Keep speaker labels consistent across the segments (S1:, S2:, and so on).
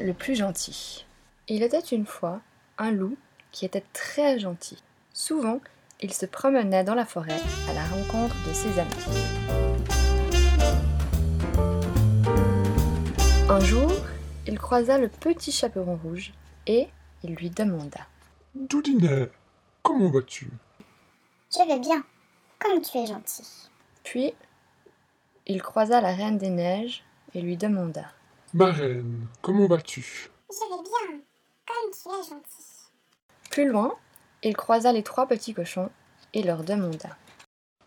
S1: le plus gentil. Il était une fois un loup qui était très gentil. Souvent, il se promenait dans la forêt à la rencontre de ses amis. Un jour, il croisa le petit chaperon rouge et il lui demanda
S2: Doudinet, comment vas-tu
S3: Je vais bien, comme tu es gentil.
S1: Puis, il croisa la reine des neiges et lui demanda
S2: Ma reine, comment vas-tu
S3: Je vais bien, comme tu es gentil.
S1: Plus loin, il croisa les trois petits cochons et leur demanda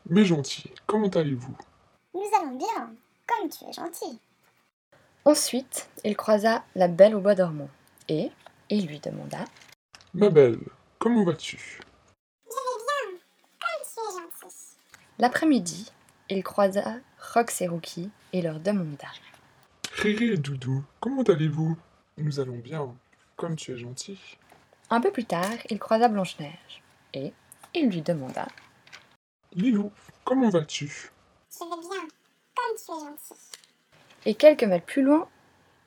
S2: Mes gentils, comment allez-vous
S3: Nous allons bien, comme tu es gentil.
S1: Ensuite, il croisa la belle au bois dormant et il lui demanda
S2: Ma belle, comment vas-tu
S3: Je vais bien, comme tu es gentil.
S1: L'après-midi, il croisa Rox et Rookie et leur demanda
S2: Riri et Doudou, comment allez-vous Nous allons bien, comme tu es gentil.
S1: Un peu plus tard, il croisa Blanche-Neige et il lui demanda
S2: Lilou, comment vas-tu
S3: Je vais bien, comme tu es gentil.
S1: Et quelques mètres plus loin,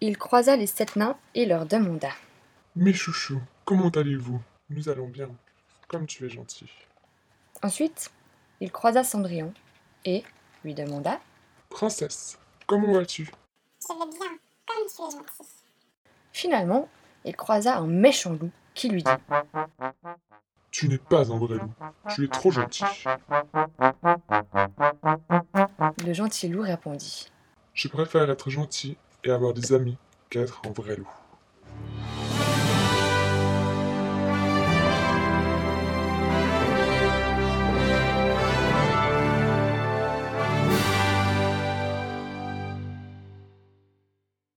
S1: il croisa les sept nains et leur demanda
S2: Mes chouchous, comment allez-vous Nous allons bien, comme tu es gentil.
S1: Ensuite, il croisa Cendrillon et lui demanda
S2: Princesse, comment vas-tu
S3: Je vais bien, comme tu es gentil.
S1: Finalement, il croisa un méchant loup qui lui dit
S2: Tu n'es pas un vrai loup, tu es trop gentil.
S1: Le gentil loup répondit
S2: Je préfère être gentil et avoir des amis qu'être un vrai loup.